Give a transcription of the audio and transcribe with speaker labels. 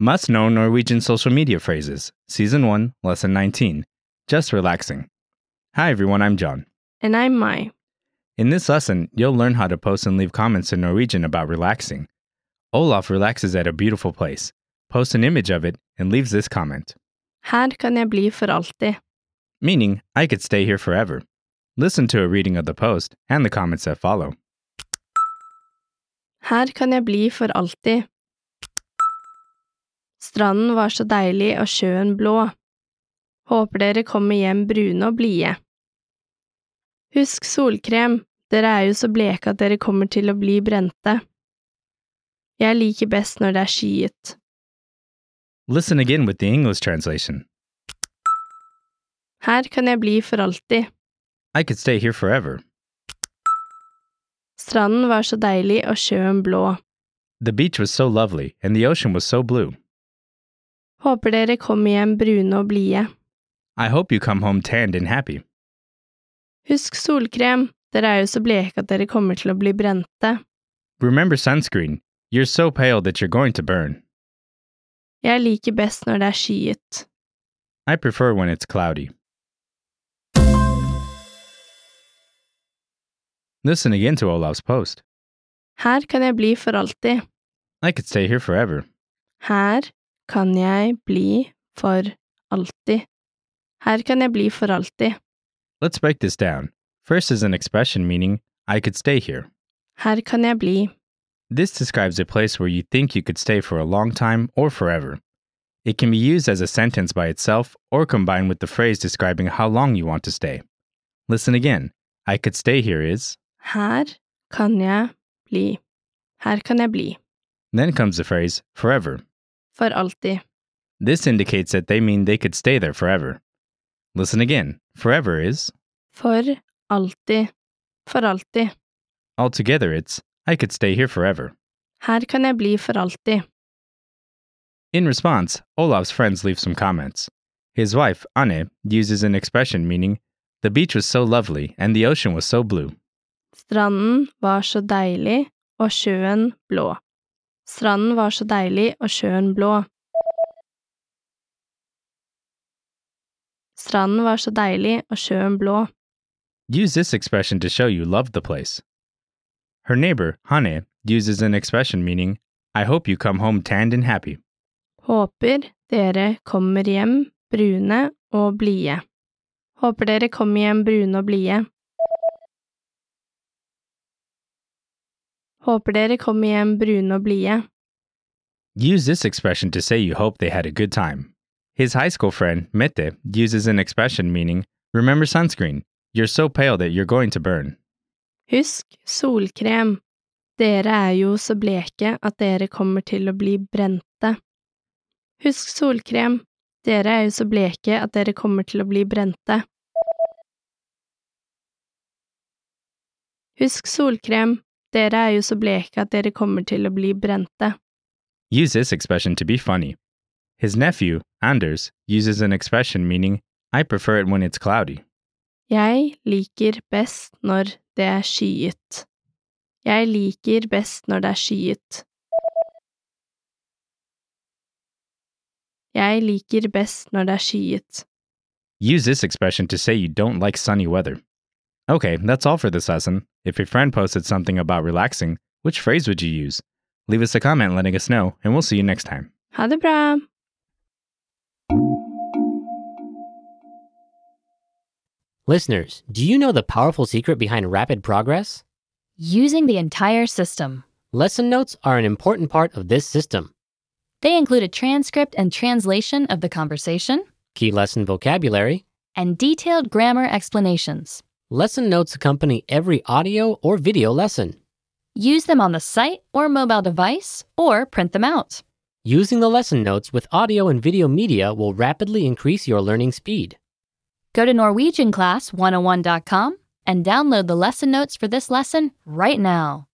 Speaker 1: Must Know Norwegian Social Media Phrases, Season 1, Lesson 19. Just relaxing. Hi everyone, I'm John.
Speaker 2: And I'm Eh, Mai.
Speaker 1: In this lesson, you'll learn how to post and leave comments in Norwegian about relaxing. Olaf relaxes at a beautiful place. Post an image of it and leaves this comment,
Speaker 2: Her kan jeg bli for alltid.
Speaker 1: meaning I could stay here forever. Listen to a reading of the post and the comments that follow.
Speaker 2: Her kan jeg bli for alltid. Stranden var så deilig og sjøen blå. Håper dere kommer hjem brune og blide. Husk solkrem, dere er jo så bleke at dere kommer til å bli brente. Jeg liker best når det er skyet.
Speaker 1: Listen again with the English translation.
Speaker 2: Her kan jeg bli for alltid.
Speaker 1: I could stay here forever.
Speaker 2: Stranden var så deilig og sjøen blå.
Speaker 1: The beach was so lovely and the ocean was so blue.
Speaker 2: Håper dere kommer hjem brune og blide.
Speaker 1: I hope you come home tanned and happy.
Speaker 2: Husk solkrem, dere er jo så bleke at dere kommer til å bli brente.
Speaker 1: Remember sunscreen. You're so pale that you're going to burn.
Speaker 2: Jeg liker best når det er skyet.
Speaker 1: I prefer when it's cloudy. Listen again to Olaf's post.
Speaker 2: Her kan jeg bli for alltid.
Speaker 1: I could stay here forever.
Speaker 2: Her kan jeg bli for alltid. Her kan jeg bli for alltid.
Speaker 1: Let's break this down. First is an expression meaning, I could stay here.
Speaker 2: Her kan jeg bli.
Speaker 1: This describes a place where you think you could stay for a long time or forever. It can be used as a sentence by itself or combined with the phrase describing how long you want to stay. Listen again. I could stay here is,
Speaker 2: Her kan jeg bli. Her kan jeg bli.
Speaker 1: then comes the phrase forever.
Speaker 2: For alltid.
Speaker 1: This indicates that they mean they could stay there forever. Listen again. Forever is,
Speaker 2: For alltid. For alltid.
Speaker 1: altogether, it's, I could stay here forever.
Speaker 2: Her kan jeg bli for alltid.
Speaker 1: In response, Olaf's friends leave some comments. His wife, Anne, uses an expression meaning, the beach was so lovely and the ocean was so blue.
Speaker 2: Stranden var så deilig og sjøen blå. Stranden var så deilig og sjøen blå. Stranden var så deilig og sjøen blå.
Speaker 1: Use this expression to show you love the place. Her neighbor, Hane, uses an expression meaning, I hope you come home tanned and happy.
Speaker 2: Håper dere kommer hjem brune og blide. Håper dere kommer hjem brune og blide. Håper dere kommer hjem brune og blide.
Speaker 1: Use this expression to say you hope they had a good time. His high school friend, Mette, uses an expression meaning, remember sunscreen. You're so pale that you're going to burn.
Speaker 2: Husk solkrem. Dere er jo så bleke at dere kommer til å bli brente. Husk solkrem. Dere er jo så bleke at dere kommer til å bli brente. Husk solkrem. Dere er jo så bleke at dere kommer til å bli brente.
Speaker 1: Use this expression to be funny. His nephew, Anders, uses an expression meaning, I prefer it when it's cloudy.
Speaker 2: Jeg liker best når det er skyet. Jeg liker best når det er skyet. Jeg liker best når det er skyet.
Speaker 1: Use this expression to say you don't like sunny weather. Okay, that's all for this lesson. If your friend posted something about relaxing, which phrase would you use? Leave us a comment letting us know, and we'll see you next time.
Speaker 2: Ha det bra!
Speaker 3: Listeners, do you know the powerful secret behind rapid progress?
Speaker 4: using the entire system.
Speaker 3: Lesson notes are an important part of this system.
Speaker 4: They include a transcript and translation of the conversation
Speaker 3: Key lesson vocabulary.
Speaker 4: and detailed grammar explanations.
Speaker 3: Lesson notes accompany every audio or video lesson.
Speaker 4: Use them on the site or mobile device or print them out.
Speaker 3: Using the lesson notes with audio and video media will rapidly increase your learning speed.
Speaker 4: Go to NorwegianClass101.com and download the lesson notes for this lesson right now.